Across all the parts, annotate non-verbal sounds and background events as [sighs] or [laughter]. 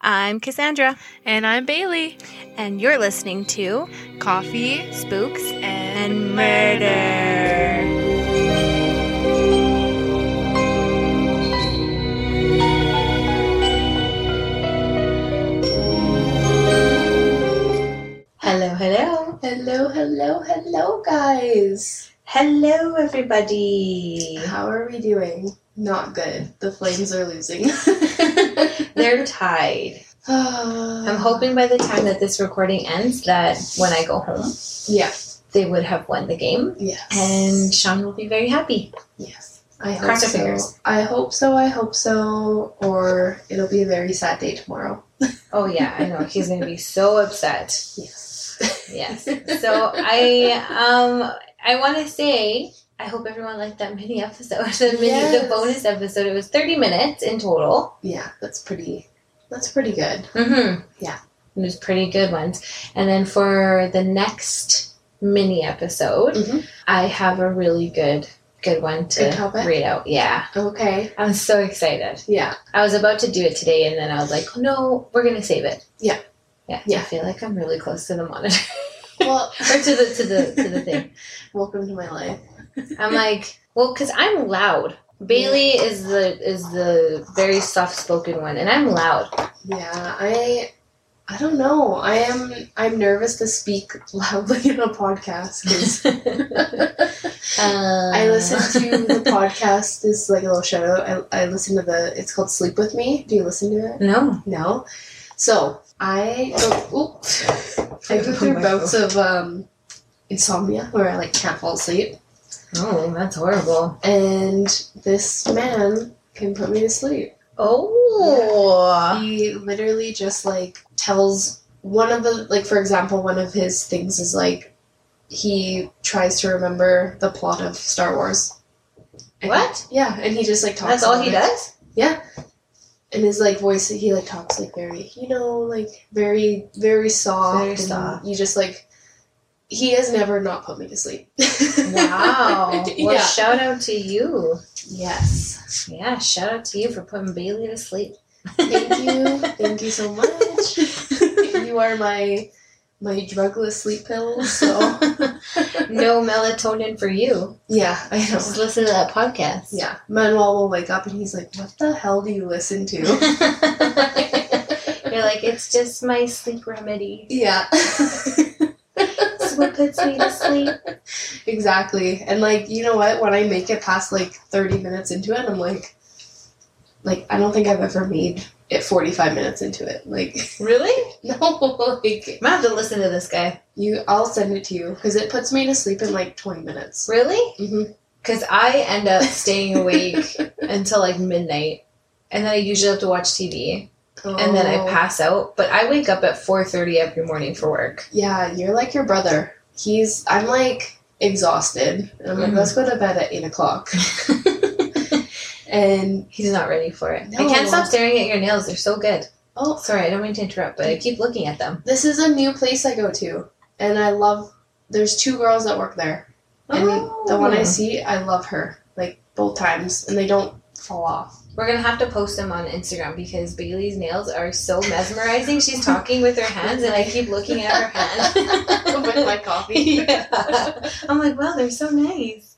I'm Cassandra, And I'm Bailey. and you're listening to Coffee Spooks and and Murder. Hello, hello. Hello, hello, hello, guys. Hello, everybody. How are we doing? Not good. The Flames are losing. [sighs] They're tied. [laughs] I'm hoping by the time that this recording ends that when I go home, Yeah. they would have won the game. Yes. And Sean will be very happy. yes. I hope Cross so. your fingers. I hope so. I hope so. Or it'll be a very sad day tomorrow. Oh yeah, I know. He's gonna be so upset. [laughs] Yes. Yes. So I um I wanna say I hope everyone liked that mini episode. [laughs] The mini the Yes. bonus episode. It was thirty minutes in total. yeah, that's pretty. That's pretty good. Mm-hmm. Yeah. It was pretty good ones. And then for the next mini episode, Mhm. I have a really good good one to Good topic? read out. Yeah. Okay. I'm so excited. Yeah. I was about to do it today and then I was like, no, we're gonna save it. Yeah. Yeah. Yeah. I feel like I'm really close to the monitor. [laughs] Well, or to the to the to the [laughs] thing. welcome to my life. I'm like, well, because I'm loud. Bailey is the is the very soft spoken one and I'm loud. [laughs] [laughs] Yeah, I I don't know. I am I'm nervous to speak [laughs] loudly in a [laughs] podcast 'cause I listen to the podcast. This is like a little shout out. I, I listen to the. It's called Sleep with Me. Do you listen to it? No. No. So I go. Oop, I go through bouts of um, insomnia where I like can't fall asleep, Oh, that's horrible. and this man can put me to sleep. Oh. he literally just like tells one of the like for example one of his things is like he tries to remember the plot of star wars And- What? yeah and he just like talks That's all he about it. does? and his like voice he like talks like very you know like very very soft Very and soft. you just like he has never not put me to sleep [laughs] Wow. Well, [laughs] yeah shout out to you. yes Yeah, shout out to you for putting Bailey to sleep. thank [laughs] you thank you so much you are my my drugless sleep pills [laughs] so no melatonin for you. Yeah, I know. Just listen to that podcast. Yeah, Manuel will wake up and he's like, "What the hell do you [laughs] listen to?" [laughs] You're like, it's just my sleep remedy. yeah, [laughs] It's what puts me to sleep. exactly. And like, you know what? When I make it past like thirty minutes into it, I'm like, like I don't think I've ever made it forty five minutes into it. Like, [laughs] Really? no, like I'm gonna have to listen to this guy. you, I'll send it to you because it puts me to sleep in like twenty minutes. Really? hmm Because I end up staying [laughs] awake until like midnight, and then I usually have to watch TV. and then I pass out. But I wake up at four thirty every morning for work. Yeah, you're like your brother. He's I'm like exhausted. And I'm like, Mhm. let's go to bed at [laughs] eight o'clock. and He's not ready for it. I No. can't stop staring at your nails. They're so good. oh, Sorry, I don't mean to interrupt, but I keep looking at them. this is a new place I go to, and I love. There's two girls that work there, and the one I Oh. see, I love her like both times, and they don't fall off. We're gonna have to post them on Instagram because Bailey's nails are so mesmerizing. She's talking with her hands, and I keep looking at her With [laughs] hand. my coffee, [laughs] yeah. I'm like, wow, they're so nice.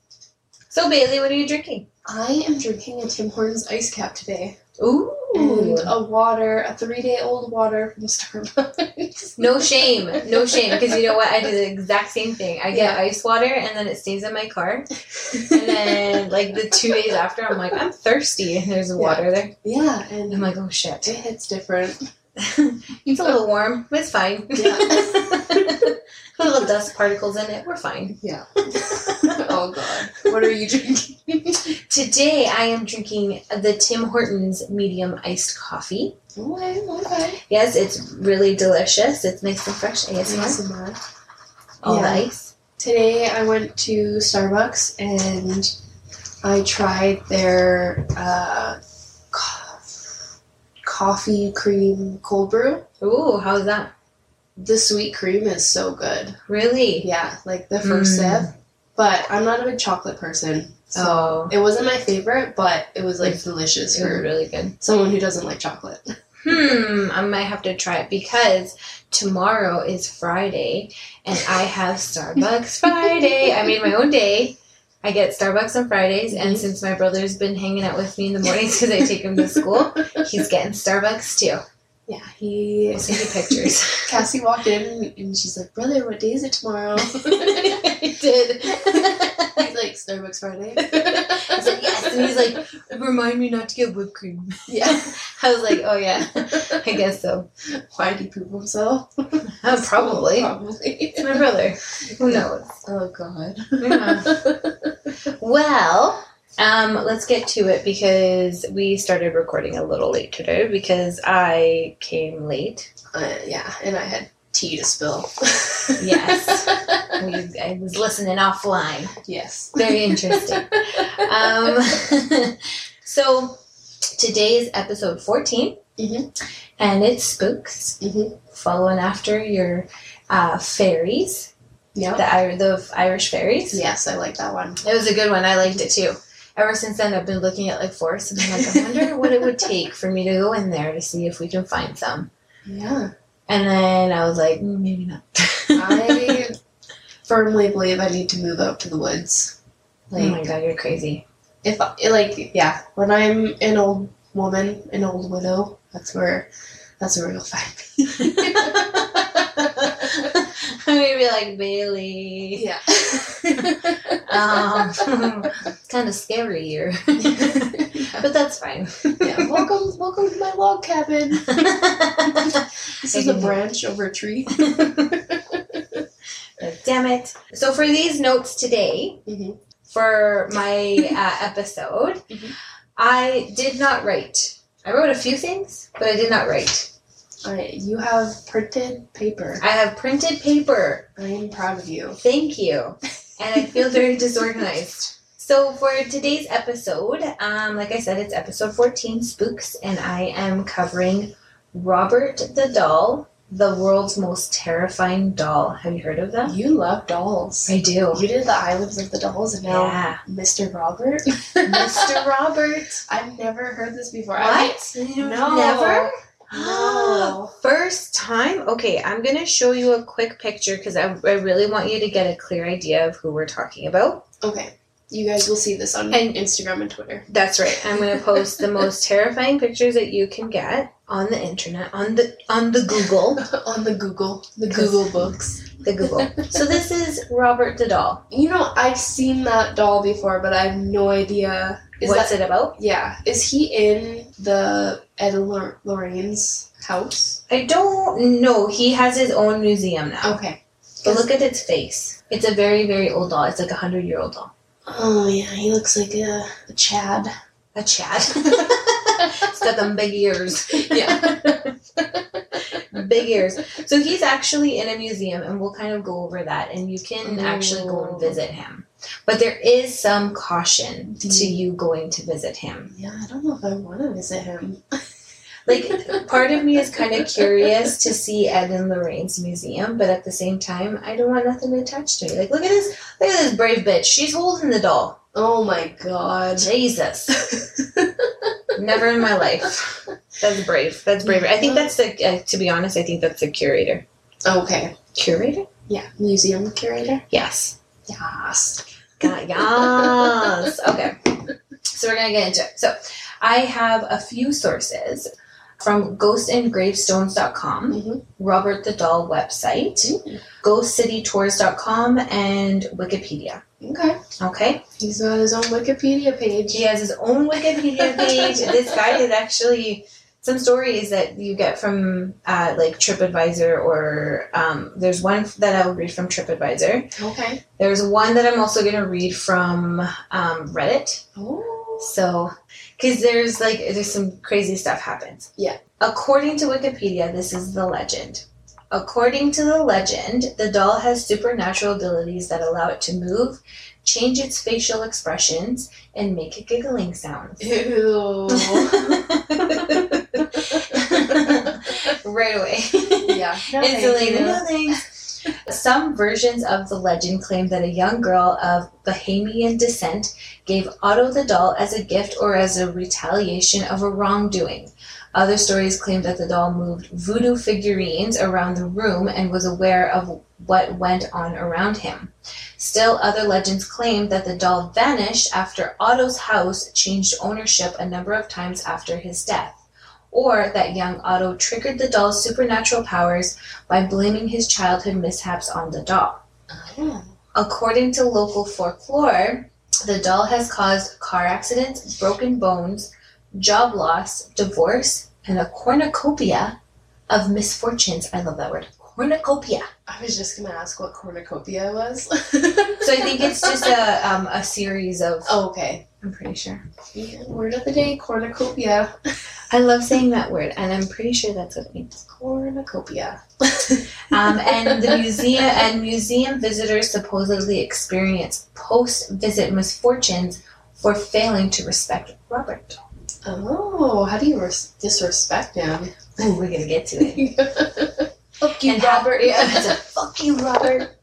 So Bailey, what are you drinking? I am drinking a Tim Hortons ice cap today, Ooh, and a water, a three-day-old water from Starbucks. No shame, no shame, because you know what? I do the exact same thing. I get Yeah. ice water and then it stays in my car. And then, like, the two days after, I'm like, I'm thirsty. And there's water there. yeah, and And I'm like, oh shit. [laughs] it hits different. It's a little warm, but it's fine. [laughs] Yeah. little dust particles in it, we're [laughs] fine. Yeah. oh [laughs] god. What are you drinking? Today, I am drinking the Tim Hortons medium iced coffee. Okay, okay. Yes, it's really delicious. It's nice and fresh. ASMR. ASMR. All the Mm-hmm. Yeah. ice. Today I went to Starbucks and I tried their uh, co- coffee cream cold brew. Ooh, how's that? The sweet cream is so good. Really? Yeah, like the first Mm. sip. But I'm not a big chocolate person. So Oh, it wasn't my favorite, but it was like delicious it was for really good. someone who doesn't like chocolate. hmm, I might have to try it because tomorrow is Friday and I have [laughs] Starbucks Friday. I made my own day. I get Starbucks on Fridays, and since my brother's been hanging out with me in the mornings because I take him to school, he's getting Starbucks too. Yeah, he. I'll send you [laughs] pictures. Cassie walked in and she's like, "Brother, what day is it [laughs] tomorrow?" He's I did. like, "Starbucks [laughs] Friday." I said yes, and he's like, [laughs] "Remind me not to get whipped cream." "Yeah." I was like, "Oh yeah, I guess so." [laughs] Why did he poop himself? Uh, probably. Probably. It's my brother. Who knows? [laughs] Oh God. Well, um, let's get to it because we started recording a little late today because I came late. [laughs] Uh, yeah, and I had tea to spill. Yes. We- I was listening offline. [laughs] yes. Very interesting. um, [laughs] so today is episode 14 Mhm. and it's spooks Mhm. following after your uh, fairies, Yeah. the, Ir- the Irish fairies. Yes, I like that one. It was a good one. I liked it too. Ever since then, I've been looking at like forests, and I'm like, I [laughs] wonder what it would take for me to go in there to see if we can find some. Yeah. And then I was like, "Mm, maybe [laughs] not. [laughs] I firmly believe I need to move out to the woods. oh Like my god, you're crazy. [laughs] if I, like yeah, when I'm an old woman, an old widow, that's where that's where you'll find [laughs] me. I'm gonna be like Bailey. [laughs] yeah. Um, [laughs] kind of scary [laughs] here, but that's [laughs] fine. [laughs] yeah. Welcome welcome to my log cabin. This is a Mhm. branch over a tree. Like, Damn it. So for these notes today, Mhm. for my uh, episode, Mhm. I did not write. I wrote a few things, but I did not write. Alright, you have printed paper. I have printed paper. I am proud of you. Thank you. And I feel very disorganized. So for today's episode, um, like I said, it's episode 14, Spooks, and I am covering Robert the Doll, the world's most terrifying doll. Have you heard of that? You love dolls. I do. You did the islands of the dolls and now Yeah. Mr. Robert. [laughs] Mr. Robert. I've never heard this before. I What? No. Never? No. [gasps] First time? Okay, I'm going to show you a quick picture because I, I really want you to get a clear idea of who we're talking about. Okay. You guys will see this on And- Instagram and Twitter. That's right. I'm going to post the [laughs] most terrifying pictures that you can get on the internet, on the on the Google, on the Google. The 'Cause- Google books. the Google. So this is Robert the doll. You know, I've seen that doll before, but I have no idea. Is What's that it about? Yeah. Is he in the Ed and Lor- Lorraine's house? I don't know. He has his own museum now. Okay. But look at its face. It's a very very old doll. It's like a 100-year-old doll. Oh yeah, he looks like a, a Chad. A Chad. [laughs] it's got them big ears. [laughs] Yeah. Big ears. So he's actually in a museum, and we'll kind of go over that, and you can actually go and Ooh. visit him. But there is some caution to Mm. you going to visit him. yeah, I don't know if I want to visit him. Like, part of me is kind of curious to see Ed and Lorraine's museum, but at the same time, I don't want nothing attached to me. Like, look at this, look at this brave bitch. She's holding the doll. Oh my god. Jesus. Never in my life. That's brave. That's brave. I think that's the, uh, to be honest, I think that's the curator. Okay. Curator? Yeah. Museum curator. Yes. Yes. Got yes. Okay. So we're gonna get into it. So I have a few sources from ghostandgravestones.com, Mhm. Robert the Doll website, ghostcitytours.com, and Wikipedia. Okay. Okay. He's got his own Wikipedia page. He has his own Wikipedia page. this guy is actually some stories that you get from uh, like TripAdvisor or um, there's one that I'll read from TripAdvisor. Okay. There's one that I'm also gonna read from um, Reddit. Oh. So, because there's like there's some crazy stuff happens. Yeah. According to Wikipedia, this is the legend. According to the legend, the doll has supernatural abilities that allow it to move, change its facial expressions, and make a giggling sound. Ew. [laughs] right away. [laughs] yeah. No, thank Insulated. you. Some versions of the legend claim that a young girl of Bahamian descent gave Otto the doll as a gift or as a retaliation of a wrongdoing. Other stories claimed that the doll moved voodoo figurines around the room and was aware of what went on around him. Still, other legends claimed that the doll vanished after Otto's house changed ownership a number of times after his death, or that young Otto triggered the doll's supernatural powers by blaming his childhood mishaps on the doll. According to local folklore, the doll has caused car accidents, broken bones, job loss, divorce, and a cornucopia of misfortunes. I love that word. Cornucopia. I was just gonna ask what cornucopia was. [laughs] So I think it's just a, um, a series of. Oh, okay. I'm pretty sure. Word of the day: cornucopia. I love saying that word, and I'm pretty sure that's what it means. Cornucopia. [laughs] Um, and the museum and museum visitors supposedly experience post-visit misfortunes for failing to respect Robert. Oh, how do you res- disrespect him? [laughs] Ooh, we're gonna get to it. Fuck you, [laughs] [laughs] Robert. Yeah. I said, "Fuck you, Robert.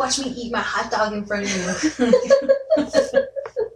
Watch me eat my hot dog in front of you." [laughs]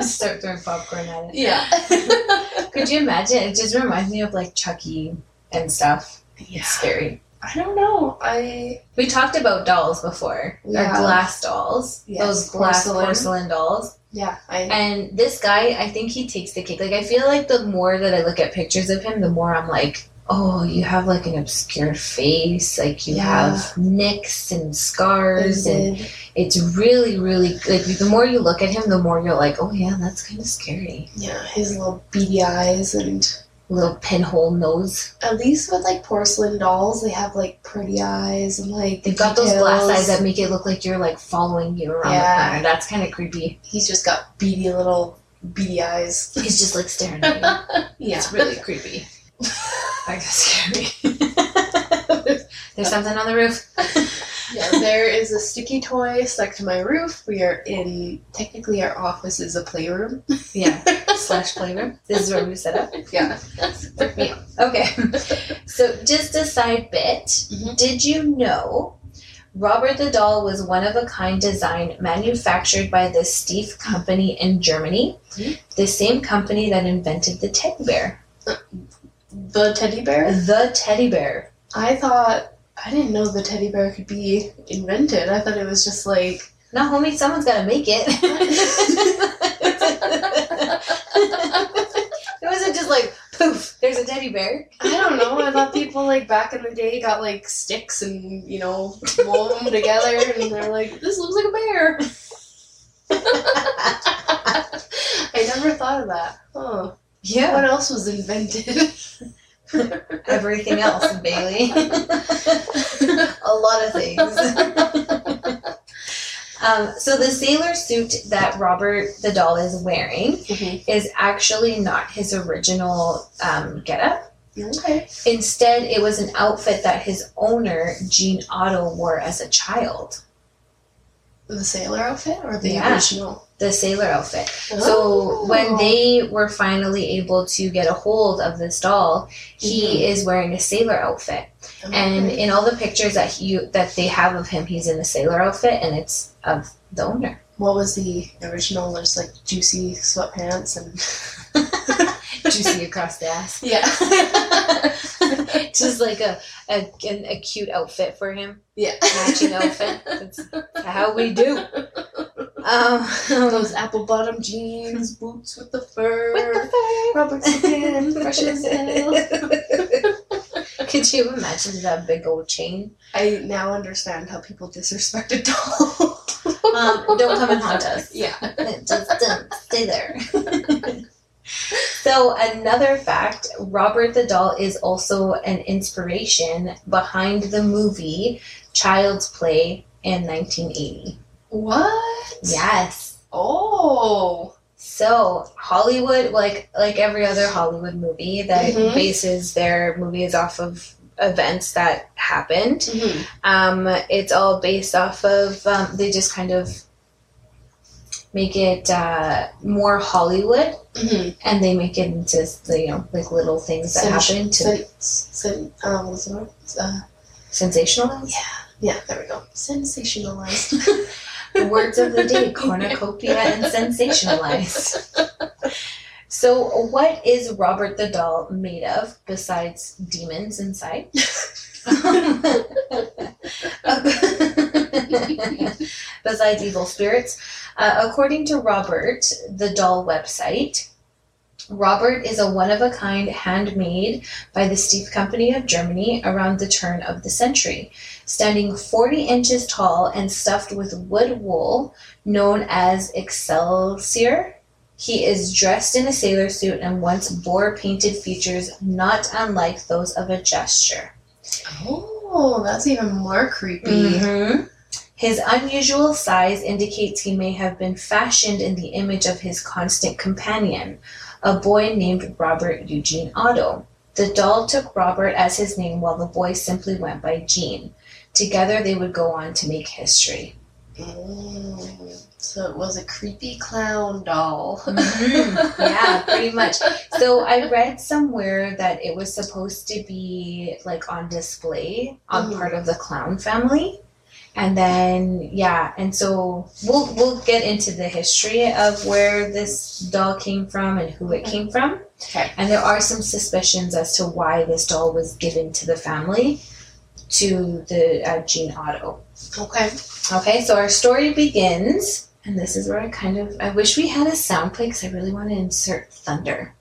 Start throwing popcorn at it. yeah. [laughs] Could you imagine? It just reminds me of like Chucky and stuff. yeah. It's scary. I don't know. I We talked about dolls before, Yeah. or glass dolls, Yes, those glass porcelain. porcelain. dolls. yeah. I And this guy, I think he takes the cake. Like I feel like the more that I look at pictures of him, the more I'm like, oh, you have like an obscured face, like you Yeah. have nicks and scars, and did. it's really, really like the more you look at him, the more you're like, oh yeah, that's kind of scary. Yeah, his little beady eyes and Little pinhole nose. at least with like porcelain dolls, they have like pretty eyes and like They've got those glass details. eyes that make it look like you're like following you around Yeah. the corner. That's kind of creepy. He's just got beady little beady eyes. He's just like staring at you. It's really [laughs] creepy. like scary. [laughs] There's something on the roof. yeah. There is a sticky toy stuck to my roof. We are in technically our office is a playroom. Yeah. Slash playroom. This is where we set up. Yeah. Okay. [laughs] so just a side bit. Mhm. Did you know Robert the Doll was one of a kind design manufactured by the Stief company in Germany? Mhm. The same company that invented the teddy bear. [laughs] The teddy bear. The teddy bear. I thought I didn't know the teddy bear could be invented. I thought it was just like Now, homie, someone's got to make it. [laughs] it wasn't just like, poof, there's a teddy bear. I don't know. I thought people like back in the day got like sticks and you know wove them together, and they're like, "This looks like a bear." [laughs] I never thought of that. Huh? Yeah. What else was invented? everything else, Bailey. [laughs] a lot of things. um, so the sailor suit that Robert the doll is wearing is actually not his original um, getup. Okay. Instead, it was an outfit that his owner Gene Otto wore as a child. The sailor outfit or the Yeah. original? The sailor outfit. Oh. So when they were finally able to get a hold of this doll, he is wearing a sailor outfit. And in all the pictures that you that they have of him, he's in a sailor outfit, and it's of the owner. what was the original? Just like juicy sweatpants and Juicy across the ass, yeah, [laughs] just like a a, an, a cute outfit for [laughs] him, [laughs] yeah, matching outfit. That's how we do. Um, Those apple bottom jeans, boots with the fur. [laughs] [laughs] Robert Could you imagine that big old chain? I now understand how people disrespect a doll. Um, don't come and haunt us. [laughs] yeah. just don't stay there. so another fact, Robert the Doll is also an inspiration behind the movie Child's Play in 1980. What? Yes. Oh. So Hollywood, like like every other Hollywood movie that Mhm. bases their movies off of events that happened, Mm-hmm. um, it's all based off of um, they just kind of make it uh, more Hollywood Mm-hmm. and they make it into you know like little things that Sens- happen to Sen- sen- um, what's the word? Uh, sensational yeah, there we go. Sensationalized. words of the day cornucopia and sensationalized So, what is Robert the doll made of besides demons inside? [laughs] besides evil spirits. Uh, according to Robert, the doll website, Robert is a one of a kind handmade by the Steve Company of Germany around the turn of the century, standing 40 inches tall and stuffed with wood wool known as Excelsior. He is dressed in a sailor suit and once bore painted features not unlike those of a gesture. Oh, that's even more creepy. Mhm. His unusual size indicates he may have been fashioned in the image of his constant companion, a boy named Robert Eugene Otto. The doll took Robert as his name while the boy simply went by Gene. Together they would go on to make history. Mm. So it was a creepy clown doll. Mm-hmm. yeah, pretty much. So I read somewhere that it was supposed to be like on display on Mhm. part of the clown family. And then yeah, and so we'll we'll get into the history of where this doll came from and who it came from. [laughs] Okay. And there are some suspicions as to why this doll was given to the family to the uh, Gene Otto. [laughs] Okay. Okay, so our story begins, and this is where I kind of I wish we had a sound play because I really want to insert thunder.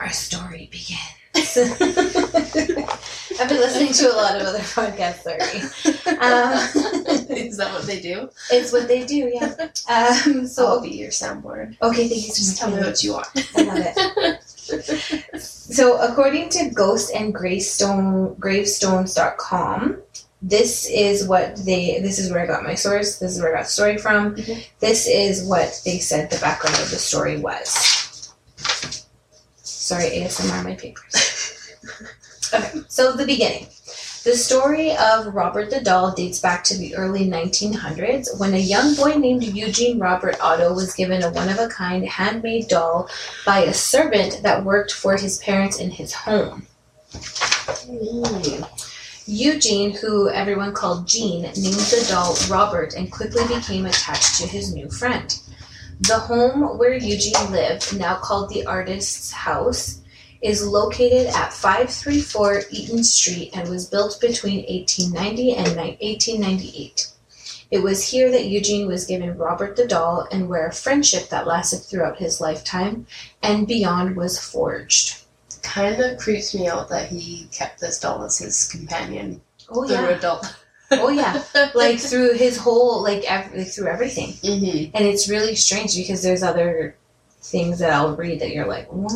Our story begins. [laughs] I've been listening to a lot of other podcasts already. Uh. Um, [laughs] Is that what they do? it's what they do, yeah. Um, So I'll so be your soundboard. okay, thank you. so Just much. tell me what you [laughs] want. I love it. so, according to Ghost and Gravestone Gravestones.com, this is what they. This is where I got my source. This is where I got the story from. Mhm. This is what they said the background of the story was. Sorry, ASMR my papers. okay, so the beginning. The story of Robert the Doll dates back to the early 1900s when a young boy named Eugene Robert Otto was given a one of a kind handmade doll by a servant that worked for his parents in his home. Eugene, who everyone called Jean, named the doll Robert and quickly became attached to his new friend. The home where Eugene lived, now called the Artist's House, is located at 534 Eaton Street and was built between 1890 and ni- 1898. It was here that Eugene was given Robert the Doll and where a friendship that lasted throughout his lifetime and beyond was forged. Kind of creeps me out that he kept this doll as his companion Oh through yeah. adult. Oh yeah. Like through his whole like, ev- like through everything. mm-hmm. And it's really strange because there's other things that I'll read that you're like, what?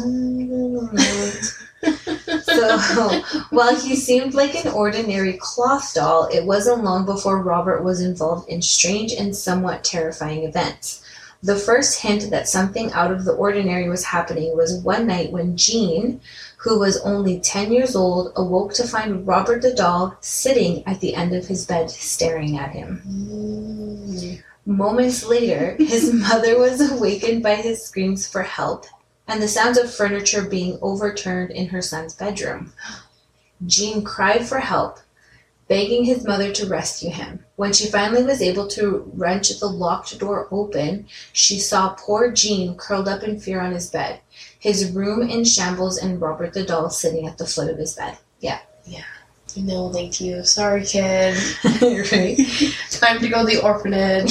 so, while he seemed like an ordinary cloth doll, it wasn't long before Robert was involved in strange and somewhat terrifying events. The first hint that something out of the ordinary was happening was one night when Jean, who was only 10 years old, awoke to find Robert the doll sitting at the end of his bed staring at him. Mm-hmm. Moments later, his mother was awakened by his screams for help and the sounds of furniture being overturned in her son's bedroom. Jean cried for help, begging his mother to rescue him. When she finally was able to wrench the locked door open, she saw poor Jean curled up in fear on his bed, his room in shambles, and Robert the doll sitting at the foot of his bed. [laughs] No, thank you. Sorry, kid. right? Time to go to the [laughs] orphanage.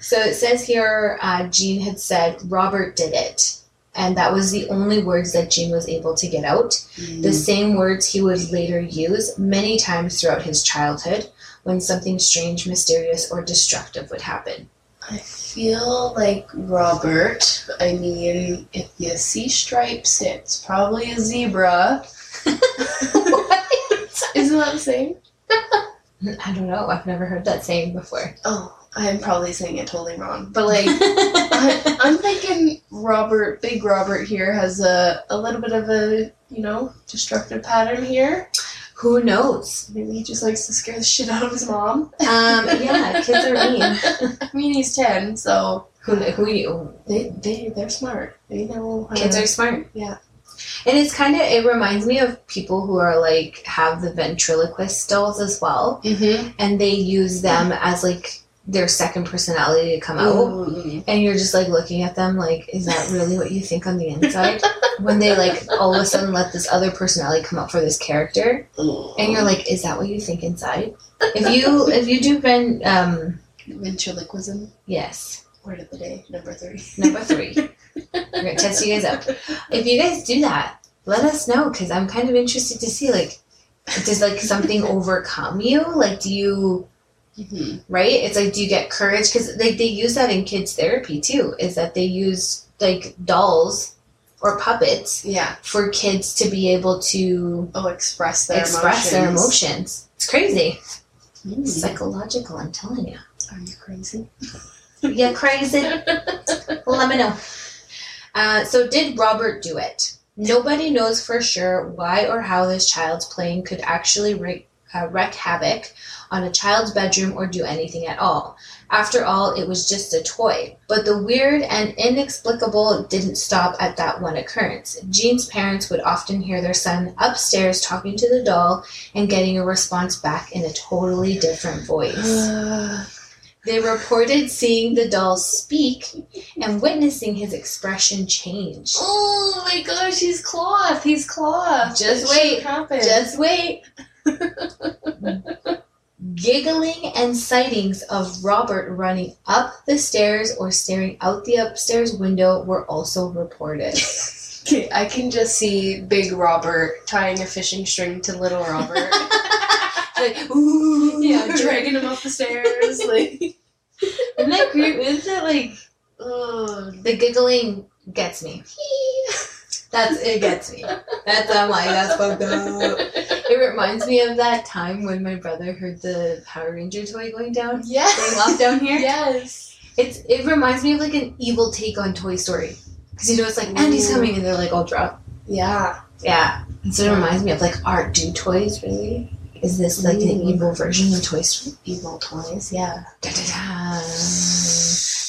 So it says here, uh, Jean had said, Robert did it. And that was the only words that Jean was able to get out. The same words he would later use many times throughout his childhood when something strange, mysterious, or destructive would happen. I feel like Robert. I mean, if you see stripes, it's probably a [laughs] zebra. Isn't that the same? I don't know. I've never heard that saying before. Oh, I'm probably saying it totally wrong. But like, I, I'm thinking Robert, Big Robert here has a a little bit of a you know destructive pattern here. Who knows? Maybe he just likes to scare the shit out of his mom. Um, yeah, kids are mean. I mean, he's ten, so Who, who you? they they they're smart. They know how Kids to- are smart. Yeah. And it's kind of, it reminds me of people who are like, have the ventriloquist dolls as well. Mhm. and they use them as like their second personality to come out. And you're just like looking at them like, is that really what you think on the inside? when they like all of a sudden let this other personality come up for this character. And you're like, is that what you think inside? If you if you do Ben um ventriloquism. yes. Word of the day, number three. number three. We're gonna test you guys up. If you guys do that, let us know because I'm kind of interested to see like, does like something overcome you? Like, do you right? It's like, do you get courage? Because they they use that in kids therapy too. Is that they use like dolls or puppets Yeah. for kids to be able to Oh, express their express emotions. their emotions. It's crazy. Mm. Psychological, I'm telling you. Are you crazy? Yeah, crazy. Let me know. Uh, so, did Robert do it? Nobody knows for sure why or how this child's playing could actually wreak, uh, wreak havoc on a child's bedroom or do anything at all. After all, it was just a toy. But the weird and inexplicable didn't stop at that one occurrence. Jean's parents would often hear their son upstairs talking to the doll and getting a response back in a totally different [gasps] voice. [gasps] Uh, They reported seeing the doll speak and witnessing his expression change. oh my gosh, he's cloth. He's cloth. Just It wait. should Happen. Just wait. Giggling and sightings of Robert running up the stairs or staring out the upstairs window were also reported. Okay, I can just see Big Robert tying a fishing string to Little Robert. [laughs] like, ooh, [laughs] yeah, dragging him up the [laughs] stairs. Like, Isn't that great? Isn't that like oh, the giggling gets me? That's it gets me. That's I'm like that's fucked up. It reminds me of that time when my brother heard the Power Ranger toy going down, going yes, off down here. yes. It's it reminds me of like an evil take on Toy Story, because you know it's like Andy's Ooh. coming and they're like all drop. Yeah, Yeah, and so it reminds me of like art. Do toys really? Is this like an Ooh. evil version of Toy Story? evil toys. Yeah. Mm. Da, da, da.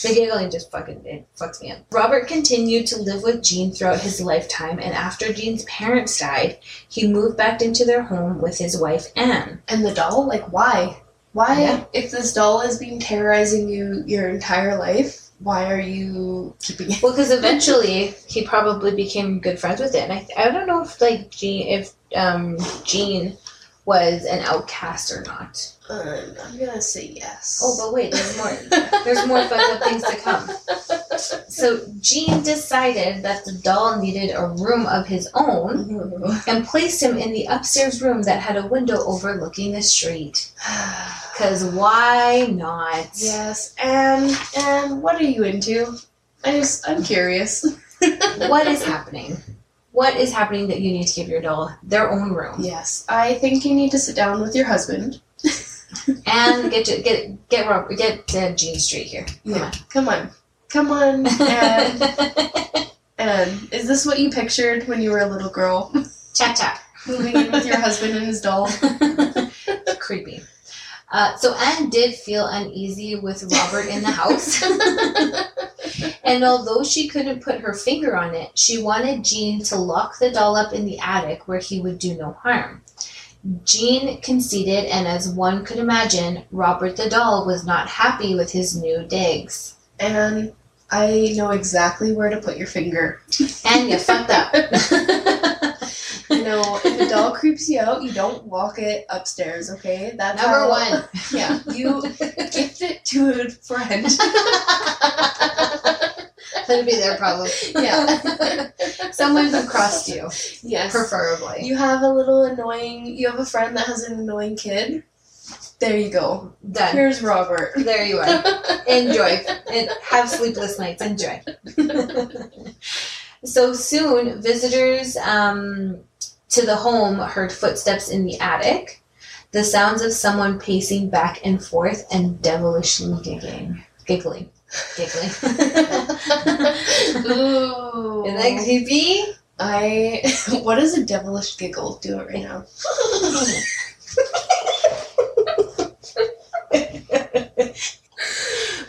The giggling just fucking it fucked me up. Robert continued to live with Jean throughout his lifetime, and after Jean's parents died, he moved back into their home with his wife Anne. And the doll, like, why? Why, Yeah. if this doll has been terrorizing you your entire life, why are you keeping it? Well, because eventually he probably became good friends with it, and I, I don't know if like Gene if um Gene was an outcast or not. Um, I'm gonna say yes. Oh, but wait, there's more. There's more fucked up things to come. So Gene decided that the doll needed a room of his own [sighs] and placed him in the upstairs room that had a window overlooking the street. Cause why not? Yes, and and what are you into? I just I'm curious. What is happening? What is happening that you need to give your doll their own room? Yes, I think you need to sit down with your husband. and get to, get get Robert, get uh, Gene Street here. Come Yeah, come on, come on, and [laughs] and is this what you pictured when you were a little girl, [laughs] Chat chat. moving in with your husband and his doll? [laughs] Creepy. Uh, so Anne did feel uneasy with Robert in the house, [laughs] and although she couldn't put her finger on it, she wanted Jean to lock the doll up in the attic where he would do no harm. Jean conceded, and as one could imagine, Robert the doll was not happy with his new digs. And I know exactly where to put your finger. And you fucked [laughs] up. You know, if a doll creeps you out, you don't walk it upstairs. Okay, that's Number how- one. Yeah, [laughs] you gift it to a friend. That'd be their problem. Yeah. Someone who crossed you, [laughs] yes. preferably. You have a little annoying. You have a friend that has an annoying kid. There you go. Done. Here's [laughs] Robert. There you [laughs] are. Enjoy. And have sleepless nights. Enjoy. [laughs] so soon, visitors um, to the home heard footsteps in the attic, the sounds of someone pacing back and forth, and devilishly giggling. Giggling. Giggling. [laughs] Isn't Ooh. that creepy? I. [laughs] What does a devilish giggle? Do it right [laughs] now.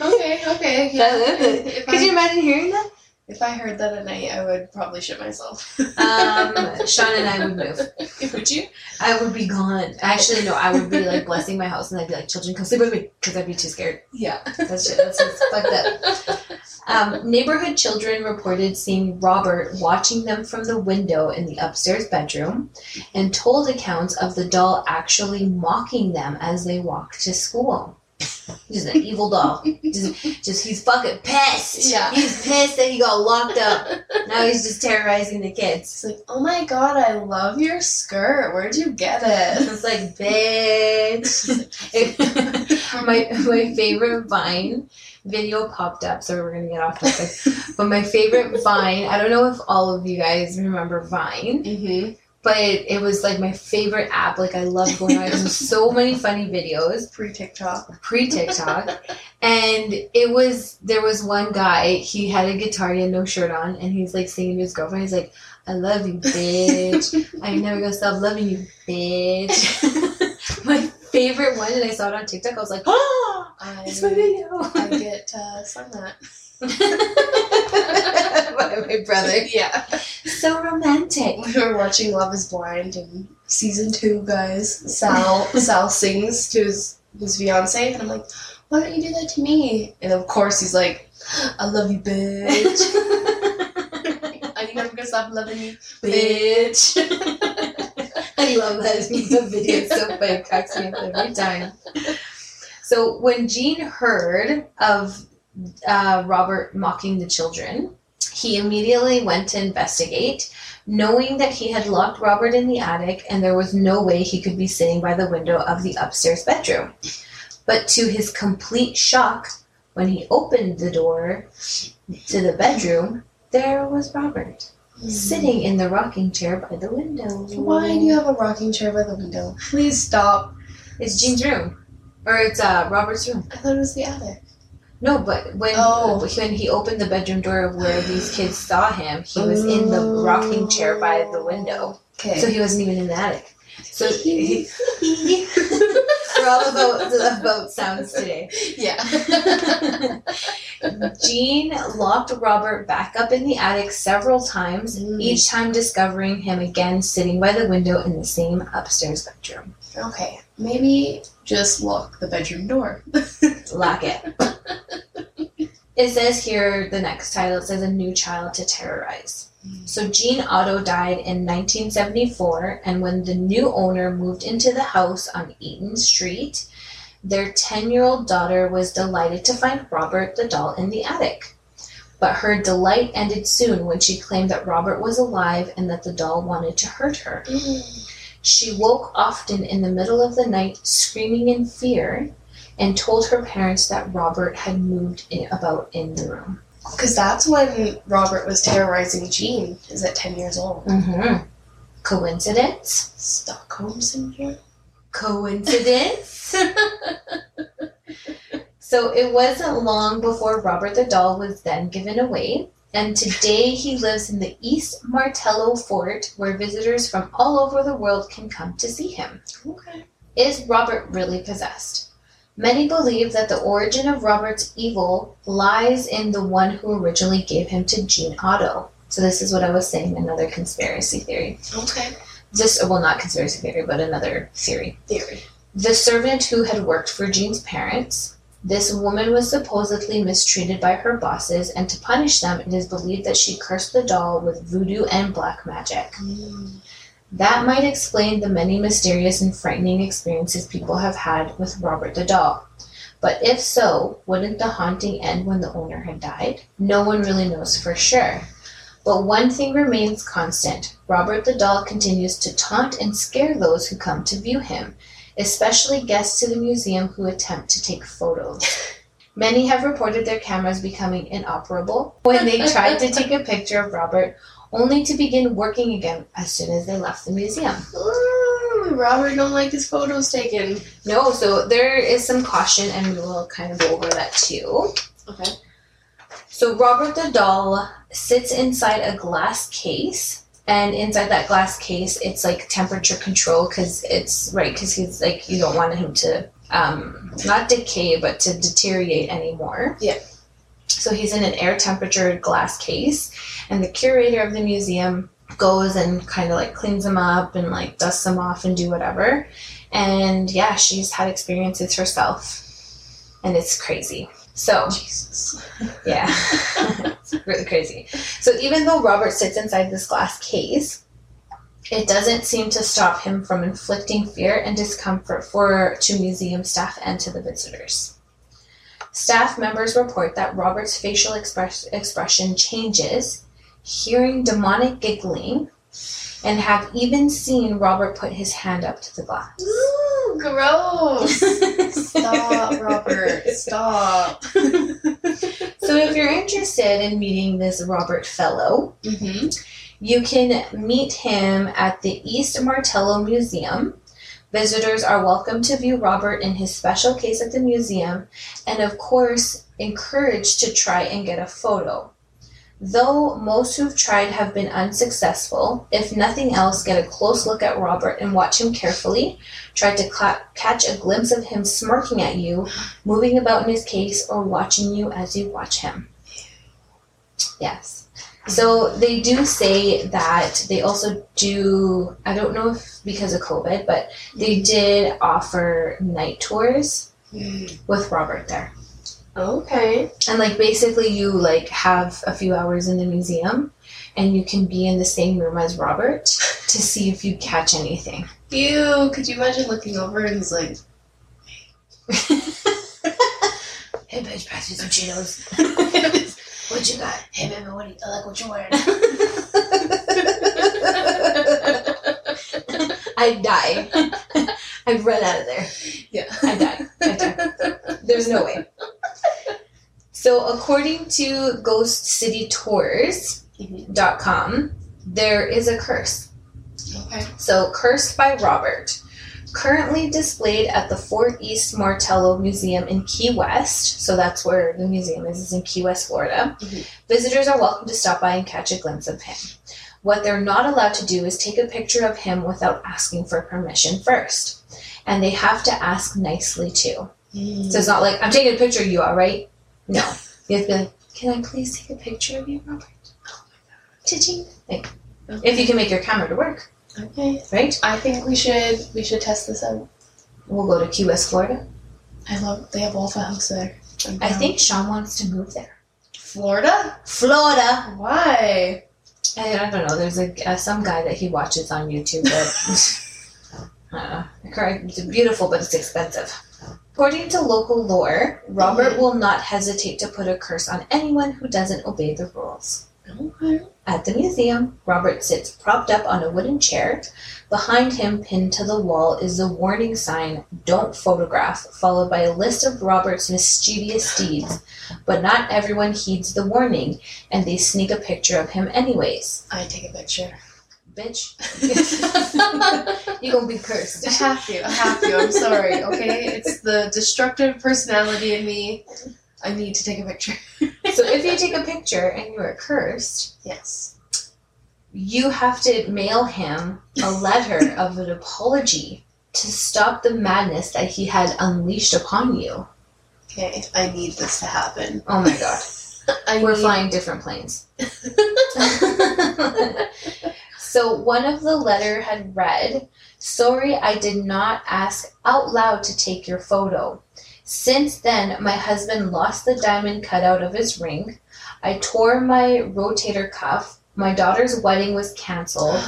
okay. Okay. That is it. If Could I- you imagine hearing that? If I heard that at night, I would probably shit myself. Um, Sean and I would move. [laughs] would you? I would be gone. Actually, no, I would be like blessing my house, and I'd be like, "Children, come sleep with me," because I'd be too scared. Yeah. That's shit. That's, that's fucked up. Um, neighborhood children reported seeing Robert watching them from the window in the upstairs bedroom, and told accounts of the doll actually mocking them as they walked to school. He's an evil doll. Just, just he's fucking pissed. Yeah. he's pissed that he got locked up. Now he's just terrorizing the kids. It's like, oh my god, I love your skirt. Where'd you get [laughs] it? It's like, bitch. It- [laughs] my my favorite Vine video popped up, so we're gonna get off topic. but my favorite Vine, I don't know if all of you guys remember Vine, Mm-hmm. but it was like my favorite app. Like I love going on. There's so many funny videos Pre TikTok. pre TikTok, and it was there was one guy. He had a guitar, he had no shirt on, and he's like singing to his girlfriend. He's like, "I love you, bitch. I'm never gonna stop loving you, bitch." [laughs] my favorite one, and I saw it on TikTok. I was like, [gasps] "Oh, it's my [laughs] I, video." I get uh, sung that. By my brother, [laughs] Yeah. so [laughs] romantic. We were watching Love is Blind and season two, guys. Sal Sal sings to his, his fiance, and I'm like, why don't you do that to me? And of course, he's like, I love you, [laughs] bitch. [laughs] I never gonna stop loving you, bitch. I love that [laughs] music video. It's so funny. It cracks me up every time. So when Jean heard of uh, Robert mocking the children, he immediately went to investigate, knowing that he had locked Robert in the attic and there was no way he could be sitting by the window of the upstairs bedroom. But to his complete shock, when he opened the door to the bedroom, there was Robert Hmm. sitting in the rocking chair by the window. Why do you have a rocking chair by the window? Please stop. It's Jean's room, or it's uh, Robert's room. I thought it was the attic. No, but when Oh. when he opened the bedroom door of where these kids saw him, he was in the rocking chair by the window, Okay. so he wasn't even in the attic. So he- [laughs] we're all about the boat sounds [laughs] today. yeah. Jean locked Robert back up in the attic several times, Mm. each time discovering him again sitting by the window in the same upstairs bedroom. okay. Maybe just lock the bedroom door. Lock it. it says here the next title. It says a new child to terrorize. So Jean Otto died in 1974, and when the new owner moved into the house on Eaton Street, their 10-year-old daughter was delighted to find Robert the doll in the attic. But her delight ended soon when she claimed that Robert was alive and that the doll wanted to hurt her. Mm. She woke often in the middle of the night screaming in fear and told her parents that Robert had moved in, about in the room. Because that's when Robert was terrorizing Jean, is at 10 years old. Mm-hmm. Coincidence? Stockholm Syndrome? Coincidence? [laughs] so it wasn't long before Robert the Doll was then given away, and today he lives in the East Martello Fort where visitors from all over the world can come to see him Okay. is Robert really possessed? Many believe that the origin of Robert's evil lies in the one who originally gave him to Jean Otto. So this is what I was saying, another conspiracy theory. Okay. This well not conspiracy theory, but another theory. Theory. The servant who had worked for Jean's parents. This woman was supposedly mistreated by her bosses, and to punish them, it is believed that she cursed the doll with voodoo and black magic. Mm. That might explain the many mysterious and frightening experiences people have had with Robert the doll. But if so, wouldn't the haunting end when the owner had died? No one really knows for sure. But one thing remains constant Robert the doll continues to taunt and scare those who come to view him, especially guests to the museum who attempt to take [laughs] photos. Many have reported their cameras becoming inoperable when they tried to take a picture of Robert, only to begin working again as soon as they left the museum. Mm, Robert don't like his photos taken. No, so there is some caution, and we will kind of go over that too. Okay. So Robert the doll sits inside a glass case, and inside that glass case, it's like temperature control because it's right because he's like you don't want him to um, not decay but to deteriorate anymore. Yeah. So he's in an air temperature glass case, and the curator of the museum goes and kind of like cleans them up and like dusts them off and do whatever. And yeah, she's had experiences herself, and it's crazy. So Jesus. yeah, [laughs] it's really crazy. So even though Robert sits inside this glass case, it doesn't seem to stop him from inflicting fear and discomfort for to museum staff and to the visitors. Staff members report that Robert's facial express, expression changes, hearing demonic giggling, and have even seen Robert put his hand up to the glass. Ooh, gross. Stop, [laughs] Robert. Stop. So if you're interested in meeting this Robert fellow, Mm-hmm. You can meet him at the East Martello Museum. Visitors are welcome to view Robert in his special case at the museum and, of course, encouraged to try and get a photo. Though most who've tried have been unsuccessful, if nothing else, get a close look at Robert and watch him carefully. Try to cla catch a glimpse of him smirking at you, moving about in his case, or watching you as you watch him. Yes. So they do say that they also do. I don't know if because of COVID, but they did offer night tours with Robert there, Mm. Okay. and like basically you like have a few hours in the museum, and you can be in the same room as Robert to see if you catch anything. Ew, could you imagine looking over and he's like, Hey, bitch, pass me some [laughs] Cheetos. what you [laughs] got? hey, baby, what do you, I like what you're [laughs] wearing? I'd die. [laughs] I'd run out of there. yeah. I die. I die. There's no way. So, according to Mm-hmm. ghostcitytours.com, there is a curse. Okay. So, Cursed by Robert. Currently displayed at the Fort East Martello Museum in Key West, so that's where the museum is, is in Key West, Florida. Mhm. Visitors are welcome to stop by and catch a glimpse of him. What they're not allowed to do is take a picture of him without asking for permission first. And they have to ask nicely too. Mm. So it's not like I'm taking a picture of you, all right? No, you have to be like, can I please take a picture of you, Robert? Oh Cha-ching. Like, if you can make your camera to work, Okay. right? I think we should we should test this out. We'll go to Key West, Florida. I love they have Waffle House there. I'm I down. think Sean wants to move there. Florida. Florida. Why? I, I don't know. There's a uh, some guy that he watches on YouTube [laughs] that I don't know. Correct. It's beautiful, but it's expensive. According to local lore, Robert Mhm. will not hesitate to put a curse on anyone who doesn't obey the rules. Okay. At the museum, Robert sits propped up on a wooden chair. Behind him, pinned to the wall, is the warning sign, Don't Photograph, followed by a list of Robert's mischievous deeds. But not everyone heeds the warning, and they sneak a picture of him anyways. I take a picture. Bitch, [laughs] I you gonna be [laughs] cursed. have to. I have to. I'm sorry. Okay. It's the destructive personality in me. I need to take a picture. So if you take a picture and you are cursed, Yes. you have to mail him a letter of an apology to stop the madness that he had unleashed upon you. Okay. I need this to happen. Oh my god. I We're need- flying different planes. [laughs] so one of the letter had read, "Sorry, I did not ask out loud to take your photo. Since then, my husband lost the diamond cutout of his ring. I tore my rotator cuff. My daughter's wedding was canceled.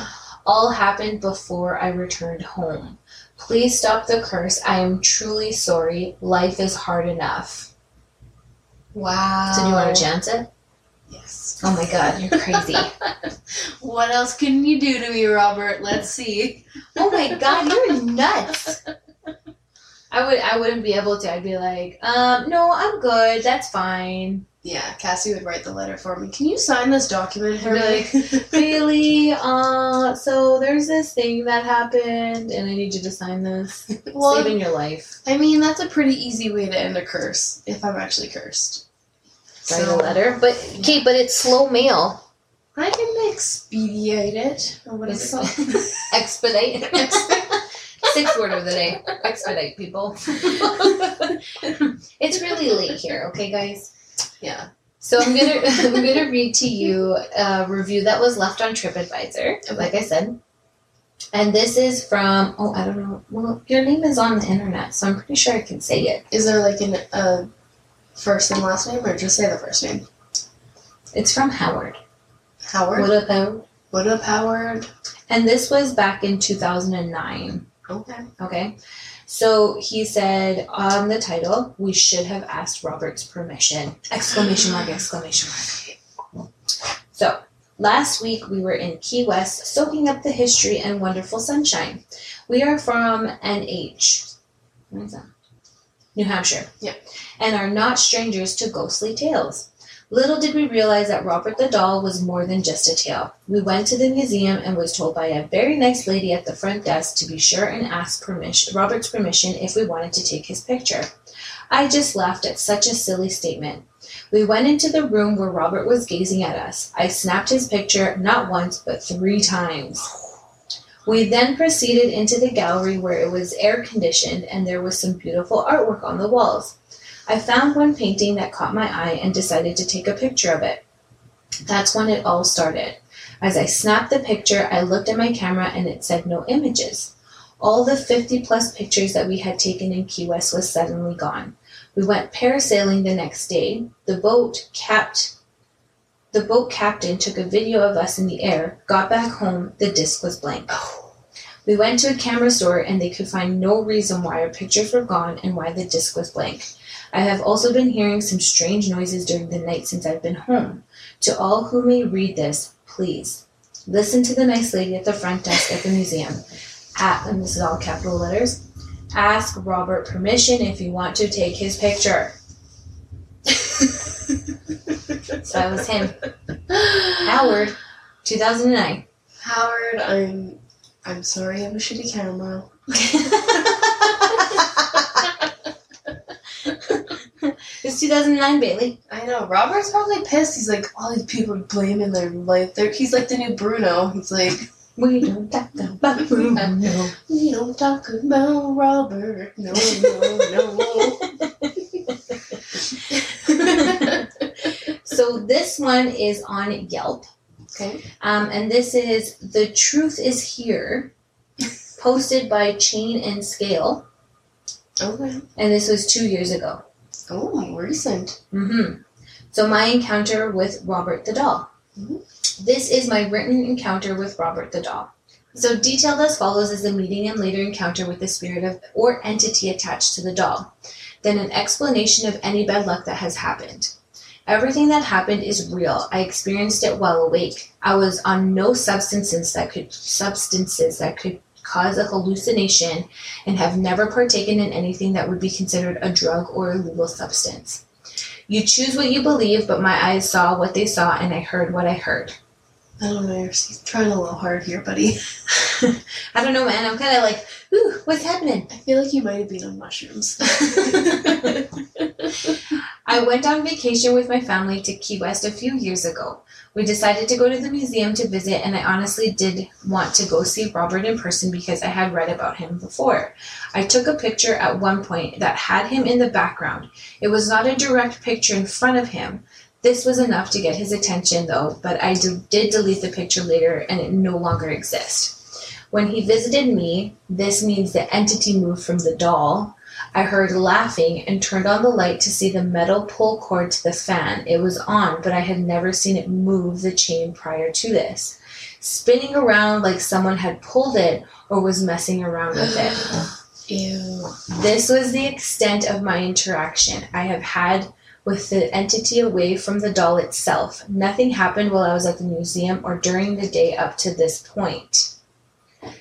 All happened before I returned home. Please stop the curse. I am truly sorry. Life is hard enough." Wow. So do you want to chance it? Yes. Oh my god, you're [laughs] crazy. What else can you do to me, Robert? Let's see. oh my god, you're nuts. I would I wouldn't be able to. I'd be like, um, no, I'm good, that's fine. Yeah, Cassie would write the letter for me. Can you sign this document for [laughs] Really? me? Really? Uh so there's this thing that happened and I need you to sign this. Well- Saving your life. I mean, that's a pretty easy way to end a curse if I'm actually cursed. Write a letter. But okay, but it's slow mail. I can expedite it, or what is it called? [laughs] Expedite. Sixth word of the day. Expedite [laughs] people. it's really late here, okay guys? [laughs] yeah. So I'm gonna [laughs] I'm gonna read to you a review that was left on TripAdvisor, like I said. And this is from oh I don't know well your name is on the internet so I'm pretty sure I can say it. Is there like an uh, first and last name, or just say the first name? It's from Howard. Howard. What about? What up, Howard? And this was back in 2009. Okay. Okay. So he said on the title, we should have asked Robert's permission. Exclamation mark, exclamation mark. So last week we were in Key West soaking up the history and wonderful sunshine. We are from NH. What is that? New Hampshire. Yeah. And are not strangers to ghostly tales. Little did we realize that Robert the doll was more than just a tale. We went to the museum and was told by a very nice lady at the front desk to be sure and ask permission, Robert's permission if we wanted to take his picture. I just laughed at such a silly statement. We went into the room where Robert was gazing at us. I snapped his picture not once but three times. We then proceeded into the gallery where it was air conditioned and there was some beautiful artwork on the walls. I found one painting that caught my eye and decided to take a picture of it. That's when it all started. As I snapped the picture, I looked at my camera and it said no images. All the 50 plus pictures that we had taken in Key West was suddenly gone. We went parasailing the next day. The boat capped the boat captain took a video of us in the air, got back home, the disc was blank. We went to a camera store and they could find no reason why our pictures were gone and why the disc was blank. I have also been hearing some strange noises during the night since I've been home. To all who may read this, please listen to the nice lady at the front desk at the museum. At, and this is all capital letters. Ask Robert permission if you want to take his picture. [laughs] So that was [laughs] him. Howard, 2009. Howard, I'm. I'm sorry. I'm a shitty camera. [laughs] it's 2009, Bailey. I know. Robert's probably pissed. He's like, all these people are blaming their life. They're, he's like the new Bruno. He's like, We don't talk [laughs] about Bruno. you don't talk about Robert. No, no, no. so this one is on Yelp. okay. Um, and this is The Truth Is Here, posted by Chain and Scale. Okay. And this was two years ago. Oh, recent. Mm-hmm. So my encounter with Robert the Doll. Mhm. This is my written encounter with Robert the Doll. So detailed as follows is the meeting and later encounter with the spirit of or entity attached to the doll. Then an explanation of any bad luck that has happened. Everything that happened is real. I experienced it while awake. I was on no substances that could substances that could cause a hallucination and have never partaken in anything that would be considered a drug or illegal substance. You choose what you believe, but my eyes saw what they saw and I heard what I heard. [laughs] I don't know. You're s- trying a little hard here, buddy. I don't know, man. I'm kind of like, ooh, what's happening? I feel like you might have been on mushrooms. I went on vacation with my family to Key West a few years ago. We decided to go to the museum to visit, and I honestly did want to go see Robert in person because I had read about him before. I took a picture at one point that had him in the background. It was not a direct picture in front of him. This was enough to get his attention, though, but I d- did delete the picture later and it no longer exists. When he visited me, this means the entity moved from the doll I heard laughing and turned on the light to see the metal pull cord to the fan. It was on, but I had never seen it move the chain prior to this, spinning around like someone had pulled it or was messing around with it. [laughs] Ew. This was the extent of my interaction I have had with the entity away from the doll itself. Nothing happened while I was at the museum or during the day up to this point.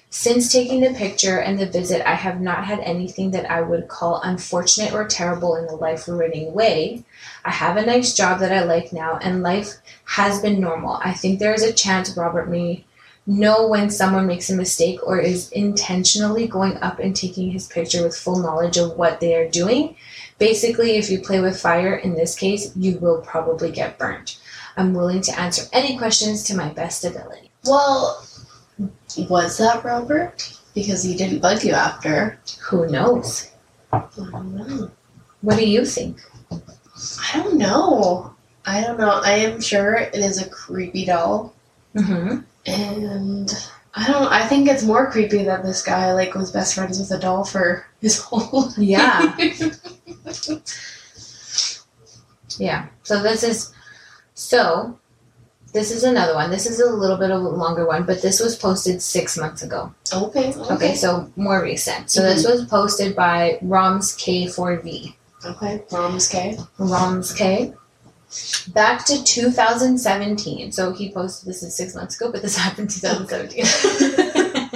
Since taking the picture and the visit, I have not had anything that I would call unfortunate or terrible in a life ruining way. I have a nice job that I like now, and life has been normal. I think there is a chance Robert may know when someone makes a mistake or is intentionally going up and taking his picture with full knowledge of what they are doing. Basically, if you play with fire in this case, you will probably get burnt. I'm willing to answer any questions to my best ability. Well, was that Robert? Because he didn't bug you after. Who knows? I don't know. What do you think? I don't know. I don't know. I am sure it is a creepy doll, Mm-hmm. and I don't. I think it's more creepy that this guy like was best friends with a doll for his whole. [laughs] Yeah. yeah. So this is so this is another one. This is a little bit of a longer one, but this was posted six months ago. okay. Okay, Okay. so more recent. So this was posted by Roms K4V. Okay. Mom's gay. Roms K. Back to 2017. So he posted this is six months ago, but this [laughs] happened 2017. [laughs]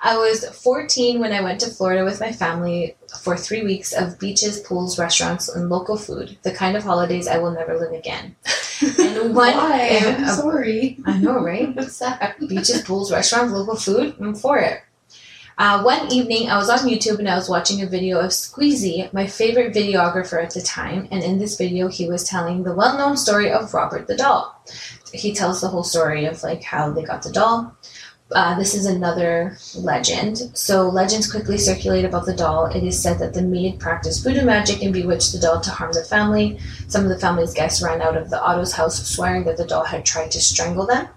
I was 14 when I went to Florida with my family for three weeks of beaches, pools, restaurants, and local food, the kind of holidays I will never live again. [laughs] And one Why? am I'm a- sorry. I know, right? What's that? Beaches, pools, restaurants, local food. I'm for it. Uh, one evening, I was on YouTube and I was watching a video of Squeezy, my favorite videographer at the time. And in this video, he was telling the well known story of Robert the doll. He tells the whole story of like how they got the doll. Uh, this is another legend. So legends quickly circulate about the doll. It is said that the maid practiced voodoo magic and bewitched the doll to harm the family. Some of the family's guests ran out of the Otto's house, swearing that the doll had tried to strangle them.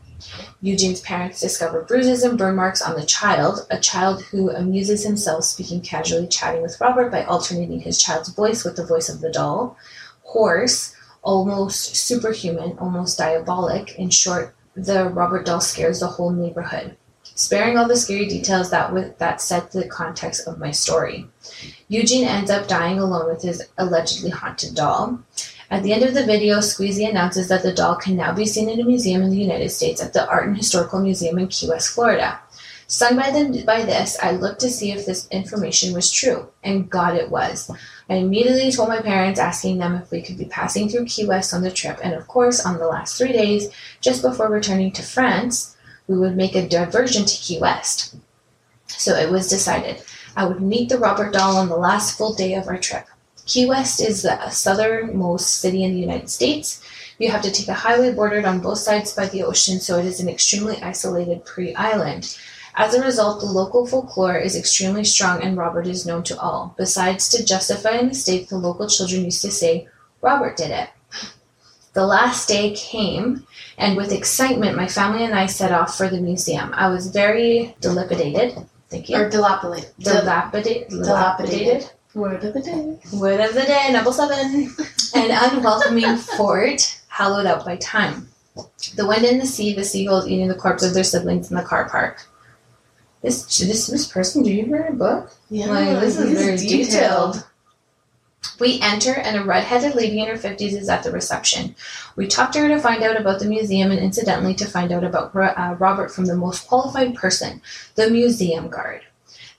Eugene's parents discover bruises and burn marks on the child, a child who amuses himself speaking casually, chatting with Robert by alternating his child's voice with the voice of the doll. Hoarse, almost superhuman, almost diabolic, in short, the Robert doll scares the whole neighborhood. Sparing all the scary details that with that set the context of my story. Eugene ends up dying alone with his allegedly haunted doll. At the end of the video, Squeezy announces that the doll can now be seen in a museum in the United States at the Art and Historical Museum in Key West, Florida. Stung by, the, by this, I looked to see if this information was true, and God it was. I immediately told my parents, asking them if we could be passing through Key West on the trip, and of course, on the last three days, just before returning to France, we would make a diversion to Key West. So it was decided. I would meet the Robert doll on the last full day of our trip. Key West is the southernmost city in the United States. You have to take a highway bordered on both sides by the ocean, so it is an extremely isolated pre island. As a result, the local folklore is extremely strong and Robert is known to all. Besides, to justify a mistake, the local children used to say, Robert did it. The last day came, and with excitement, my family and I set off for the museum. I was very dilapidated. Thank you. Or dilapidate. Dilapidate- dilapidated Word of the day. Word of the day, number seven. An [laughs] unwelcoming fort, hollowed out by time. The wind and the sea, the seagulls eating the corpse of their siblings in the car park. This this, this person, do you read a book? Yeah. like, this is these very detailed. detailed. We enter, and a redheaded lady in her 50s is at the reception. We talk to her to find out about the museum and incidentally to find out about Ro- uh, Robert from the most qualified person, the museum guard.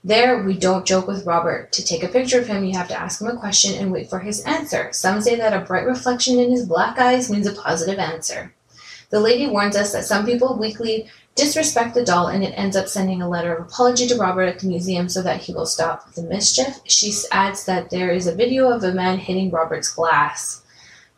There, we don't joke with Robert. To take a picture of him, you have to ask him a question and wait for his answer. Some say that a bright reflection in his black eyes means a positive answer. The lady warns us that some people weekly disrespect the doll and it ends up sending a letter of apology to Robert at the museum so that he will stop the mischief. She s- adds that there is a video of a man hitting Robert's glass.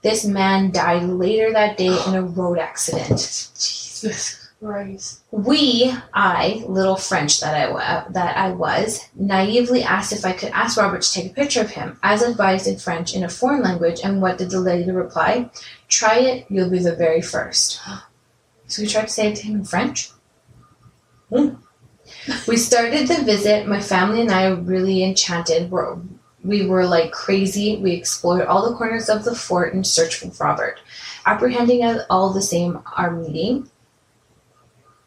This man died later that day in a road accident Jesus Christ. we, I, little French that I wa- that I was, naively asked if I could ask Robert to take a picture of him, as advised in French in a foreign language. And what did the lady reply? Try it, you'll be the very first. [gasps] So we tried to say it to him in French. Hmm. we started the visit. My family and I were really enchanted. We're, we were like crazy. We explored all the corners of the fort in search for Robert, apprehending us all the same our meeting.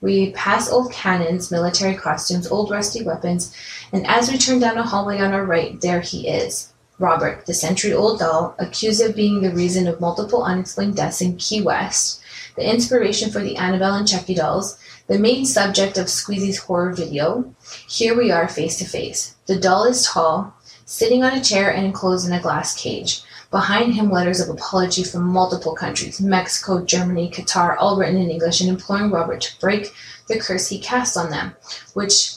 We pass old cannons, military costumes, old rusty weapons, and as we turn down a hallway on our right, there he is. Robert, the century old doll, accused of being the reason of multiple unexplained deaths in Key West, the inspiration for the Annabelle and Chucky dolls, the main subject of Squeezy's horror video. Here we are face to face. The doll is tall, sitting on a chair and enclosed in a glass cage. Behind him, letters of apology from multiple countries Mexico, Germany, Qatar, all written in English and imploring Robert to break the curse he cast on them, which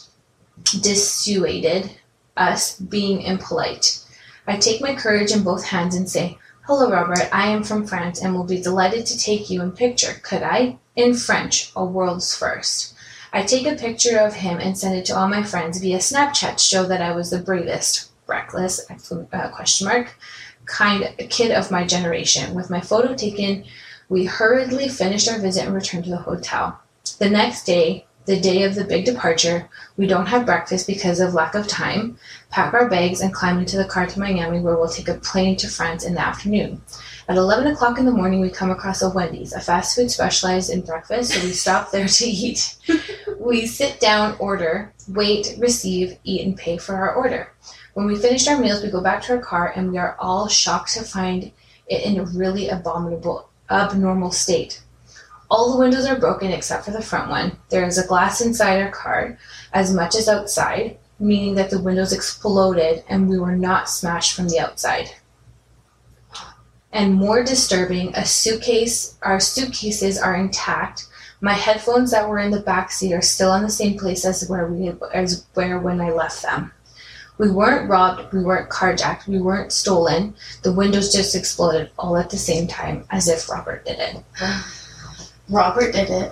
dissuaded us being impolite. I take my courage in both hands and say, Hello, Robert. I am from France and will be delighted to take you in picture. Could I? In French, a world's first. I take a picture of him and send it to all my friends via Snapchat to show that I was the bravest. Reckless, exclam- uh, question mark kind kid of my generation. With my photo taken, we hurriedly finished our visit and returned to the hotel. The next day, the day of the big departure, we don't have breakfast because of lack of time, pack our bags, and climb into the car to Miami where we'll take a plane to France in the afternoon. At 11 o'clock in the morning, we come across a Wendy's, a fast food specialized in breakfast, so we stop there to eat. we sit down, order, wait, receive, eat, and pay for our order. When we finished our meals, we go back to our car and we are all shocked to find it in a really abominable, abnormal state. All the windows are broken except for the front one. There is a glass inside our car, as much as outside, meaning that the windows exploded and we were not smashed from the outside. And more disturbing, a suitcase, our suitcases are intact. My headphones that were in the back seat are still in the same place as where we as where when I left them. We weren't robbed, we weren't carjacked, we weren't stolen. The windows just exploded all at the same time, as if Robert did it. Robert did it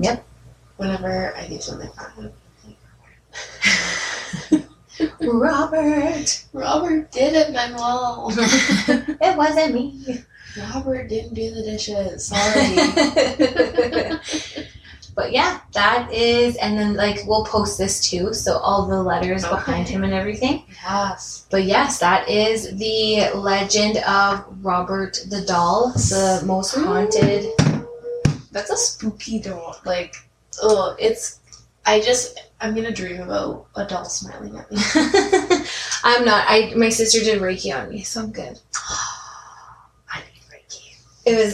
Yep. whenever I do something wrong. [laughs] Robert! Robert did it, my [laughs] mom. It wasn't me. Robert didn't do the dishes. Sorry. [laughs] but yeah, that is, and then like we'll post this too, so all the letters Okay. behind him and everything. yes. But yes, that is the legend of Robert the Doll, the most haunted. [laughs] That's a spooky doll. Like, oh, it's. I just. I'm gonna dream about a doll smiling at me. I'm not. I my sister did Reiki on me, so I'm good. I need Reiki. It was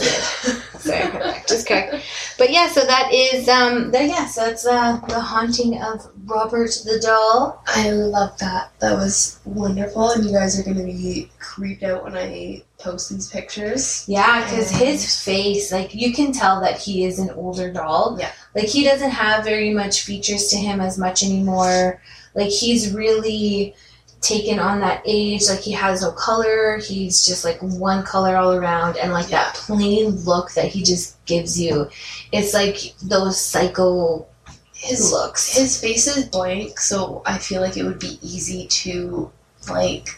[laughs] good. Sorry, I cracked. just cracked. But yeah, so that is um there yeah, so that's uh the haunting of Robert the Doll. I love that. That was wonderful, and you guys are gonna be creeped out when I post these pictures. Yeah, because his face, like you can tell that he is an older doll. Yeah. Like he doesn't have very much features to him as much anymore. Like he's really taken on that age, like he has no color, he's just like one color all around and like that plain look that he just gives you. It's like those psycho His looks. his face is blank, so I feel like it would be easy to like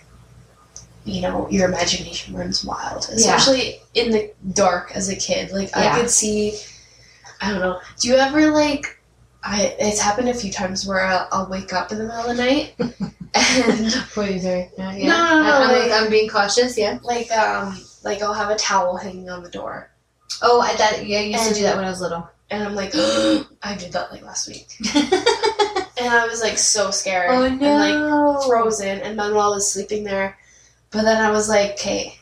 you know, your imagination runs wild. Especially in the dark as a kid. Like Yeah. I could see I don't know. Do you ever like I it's happened a few times where I'll, I'll wake up in the middle of the night and What are you doing? Yeah, yeah. No, no, no, I, I'm, like- I'm being cautious. Yeah. like um like I'll have a towel hanging on the door Oh, I, that yeah, I used to And- do that when I was little. and I'm like [gasps] I did that like last week. And I was like so scared. Oh, And, like frozen and Manuel is sleeping there. But then I was like, okay,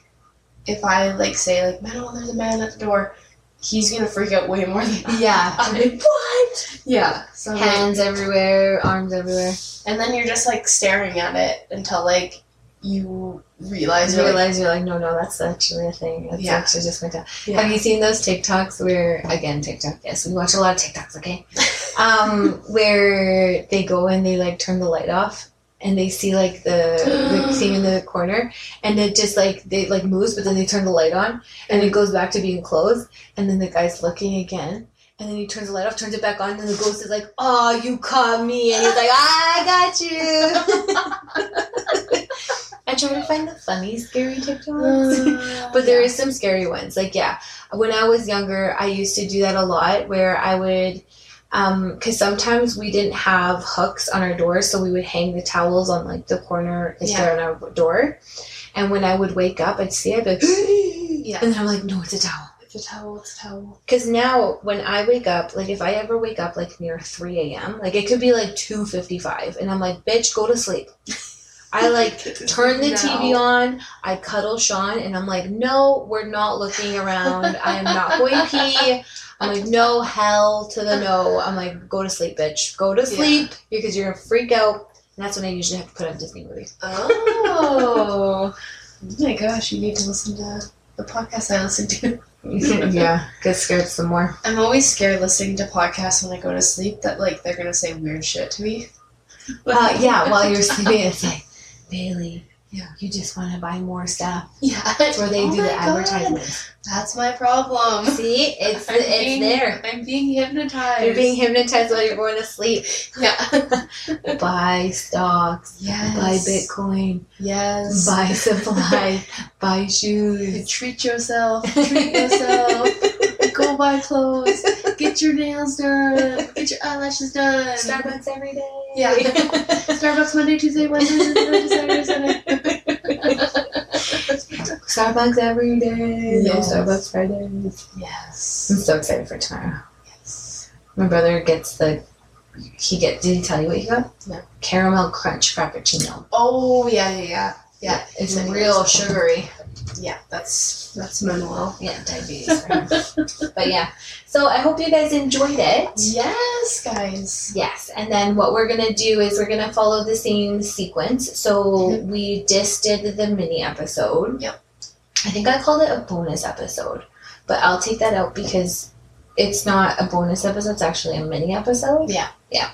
if I like say like Manuel, there's a man at the door, he's gonna freak out way more than [laughs] yeah. I'm like, what? Yeah. So I'm like, Hands everywhere, arms everywhere. and then you're just like staring at it until like you I realize just you're like, realized you're like, no, no, that's actually a thing. That's Yeah. actually just my dad. Yeah. Have you seen those TikToks where, again, TikTok, yes, we watch a lot of TikToks, okay? um, where they go and they like turn the light off and they see like the, the thing in the corner and it just like, they like moves, but then they turn the light on and it goes back to being closed and then the guy's looking again. And then he turns the light off, turns it back on, and the ghost is like, "Oh, you caught me!" And he's like, "I got you." [laughs] I try to find the funny, scary Uh, TikToks. [laughs] But there is some scary ones. Like, yeah, when I was younger, I used to do that a lot where I would, um, because sometimes we didn't have hooks on our doors, so we would hang the towels on like the corner if Yeah. they're on our door. And when I would wake up, I'd see it, I'd be like, yeah. and then I'm like, [gasps] no, it's a towel. It's a towel. It's a towel. Because now, when I wake up, like if I ever wake up like near three a.m., like it could be like two fifty-five, and I'm like, bitch, go to sleep. I like turn the No. TV on. I cuddle Sean, and I'm like, no, we're not looking around. I'm not going pee. I'm like, no, hell to the no. I'm like, go to sleep, bitch. Go to Yeah. sleep because you're gonna freak out. And that's when I usually have to put on Disney [laughs] movies. Oh. [laughs] oh my gosh! You need to listen to the podcast I listen to. yeah, get scared some more. I'm always scared listening to podcasts when I go to sleep that [laughs] like they're gonna say weird shit to me. Uh, yeah, while you're sleeping, it's like, Bailey, Yeah. You just want to buy more stuff. Yeah. That's where they Oh do my the God. advertisements. That's my problem. See, [laughs] it's I'm it's being- there. I'm being hypnotized. You're being hypnotized while you're going to sleep. Yeah. buy stocks. [laughs] yes. Buy Bitcoin. Yes. [laughs] Buy supplies. buy shoes. Treat [laughs] yourself. Treat yourself. Go buy clothes. Get your nails done. Get your eyelashes done. Starbucks every day. [laughs] Yeah. Starbucks Monday, Tuesday, Wednesday, Thursday, [laughs] Saturday, Sunday. Starbucks every day. No Yes. Starbucks Fridays. I'm Yes. so excited for tomorrow. Yes. My brother gets the. He get. Did he tell you what he got? No. Caramel crunch frappuccino. Oh yeah, yeah, yeah. Yeah, it's really real good. sugary. Yeah, that's that's Manuel. Yeah, diabetes. [laughs] for him. but yeah, so I hope you guys enjoyed it. Yes, guys. Yes, and then what we're gonna do is we're gonna follow the same sequence. So we just did the mini episode. Mm-hmm. Yep. I think I called it a bonus episode, but I'll take that out because it's not a bonus episode. It's actually a mini episode. Yeah. Yeah.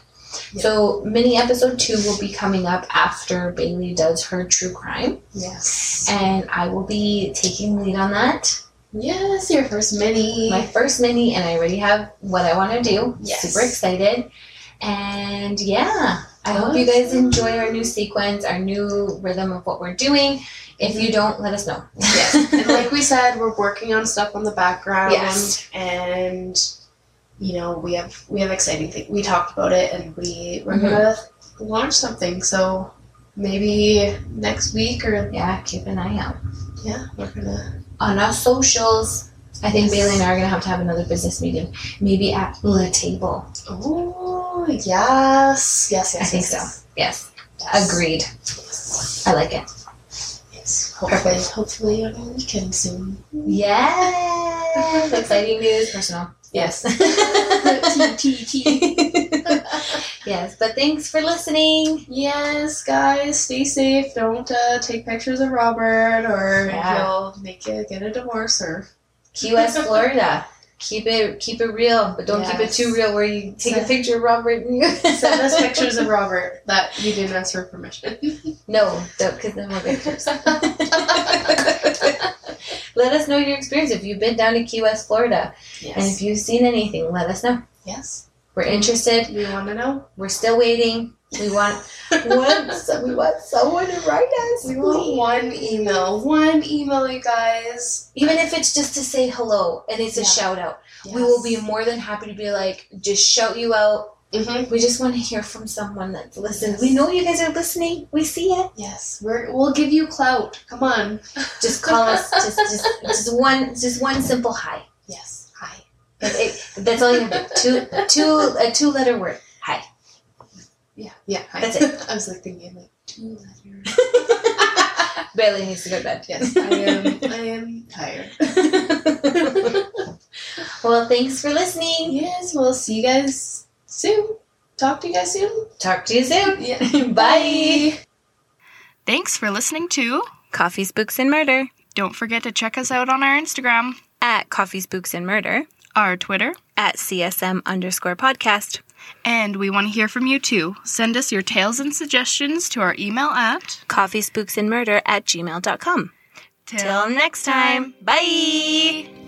Yeah. So mini episode two will be coming up after Bailey does her true crime, Yes. and I will be taking lead on that. Yes, your first mini. my first mini and I already have what I want to do. Yes. Super excited. And yeah, I hope you guys Awesome. enjoy our new sequence, our new rhythm of what we're doing. If you don't, let us know. [laughs] Yes. and like we said, we're working on stuff on the background. Yes. And you know, we have we have exciting things. We talked about it, and we we're Mhm. gonna launch something. So maybe next week or yeah, keep an eye out. yeah, we're gonna On our socials, I think Yes. Bailey and I are going to have to have another business meeting. Maybe at the table. oh yes yes yes I think yes, so. yes. Yes. Yes. Agreed. I like [laughs] it. Yes, hopefully, hopefully on the weekend [laughs] soon. Yes. Exciting news. Personal. [laughs] Yes. [laughs] yes, but thanks for listening. yes, guys, stay safe. Don't uh, take pictures of Robert, or Yeah. he'll make you get a divorce. Or Key [laughs] West, Florida. Keep it keep it real, but don't keep it Yes. too real where you take a Send- picture of Robert and you send us pictures of Robert that you didn't ask for permission. [laughs] No, don't because then we're pictures. [laughs] let us know your experience if you've been down to Key West, Florida, and if Yes. you've seen anything. Let us know. Yes. We're interested. We want to know. We're still waiting. We want want- we want someone to write us. [laughs] We want please. one email. One email, you guys. Even if it's just to say hello and it's a Yeah. shout out, we will be more than happy to be like, just shout you out. hmm We just want to hear from someone that's listened. Yes. We know you guys are listening. We see it. Yes, we're, we'll give you clout. Come on. Just call [laughs] us. Just, just, just one, just one simple hi. Yes. Hi. It- it- that's all you have. to do. Two, two, a two-letter word. Hi. Yeah, yeah. I, That's it. [laughs] I was like thinking like two letters. Bailey needs to go to bed. yes, I am. I am tired. [laughs] well, thanks for listening. Yes, we'll see you guys soon. Talk to you guys soon. Talk to you soon. Yeah. Bye. Thanks for listening to. Coffee Spooks and Murder Don't forget to check us out on our Instagram, at Coffee Spooks and Murder our Twitter, at CSM underscore podcast. and we want to hear from you too. Send us your tales and suggestions to our email at Coffee Spooks and Murder at gmail.com. Till next time. Bye.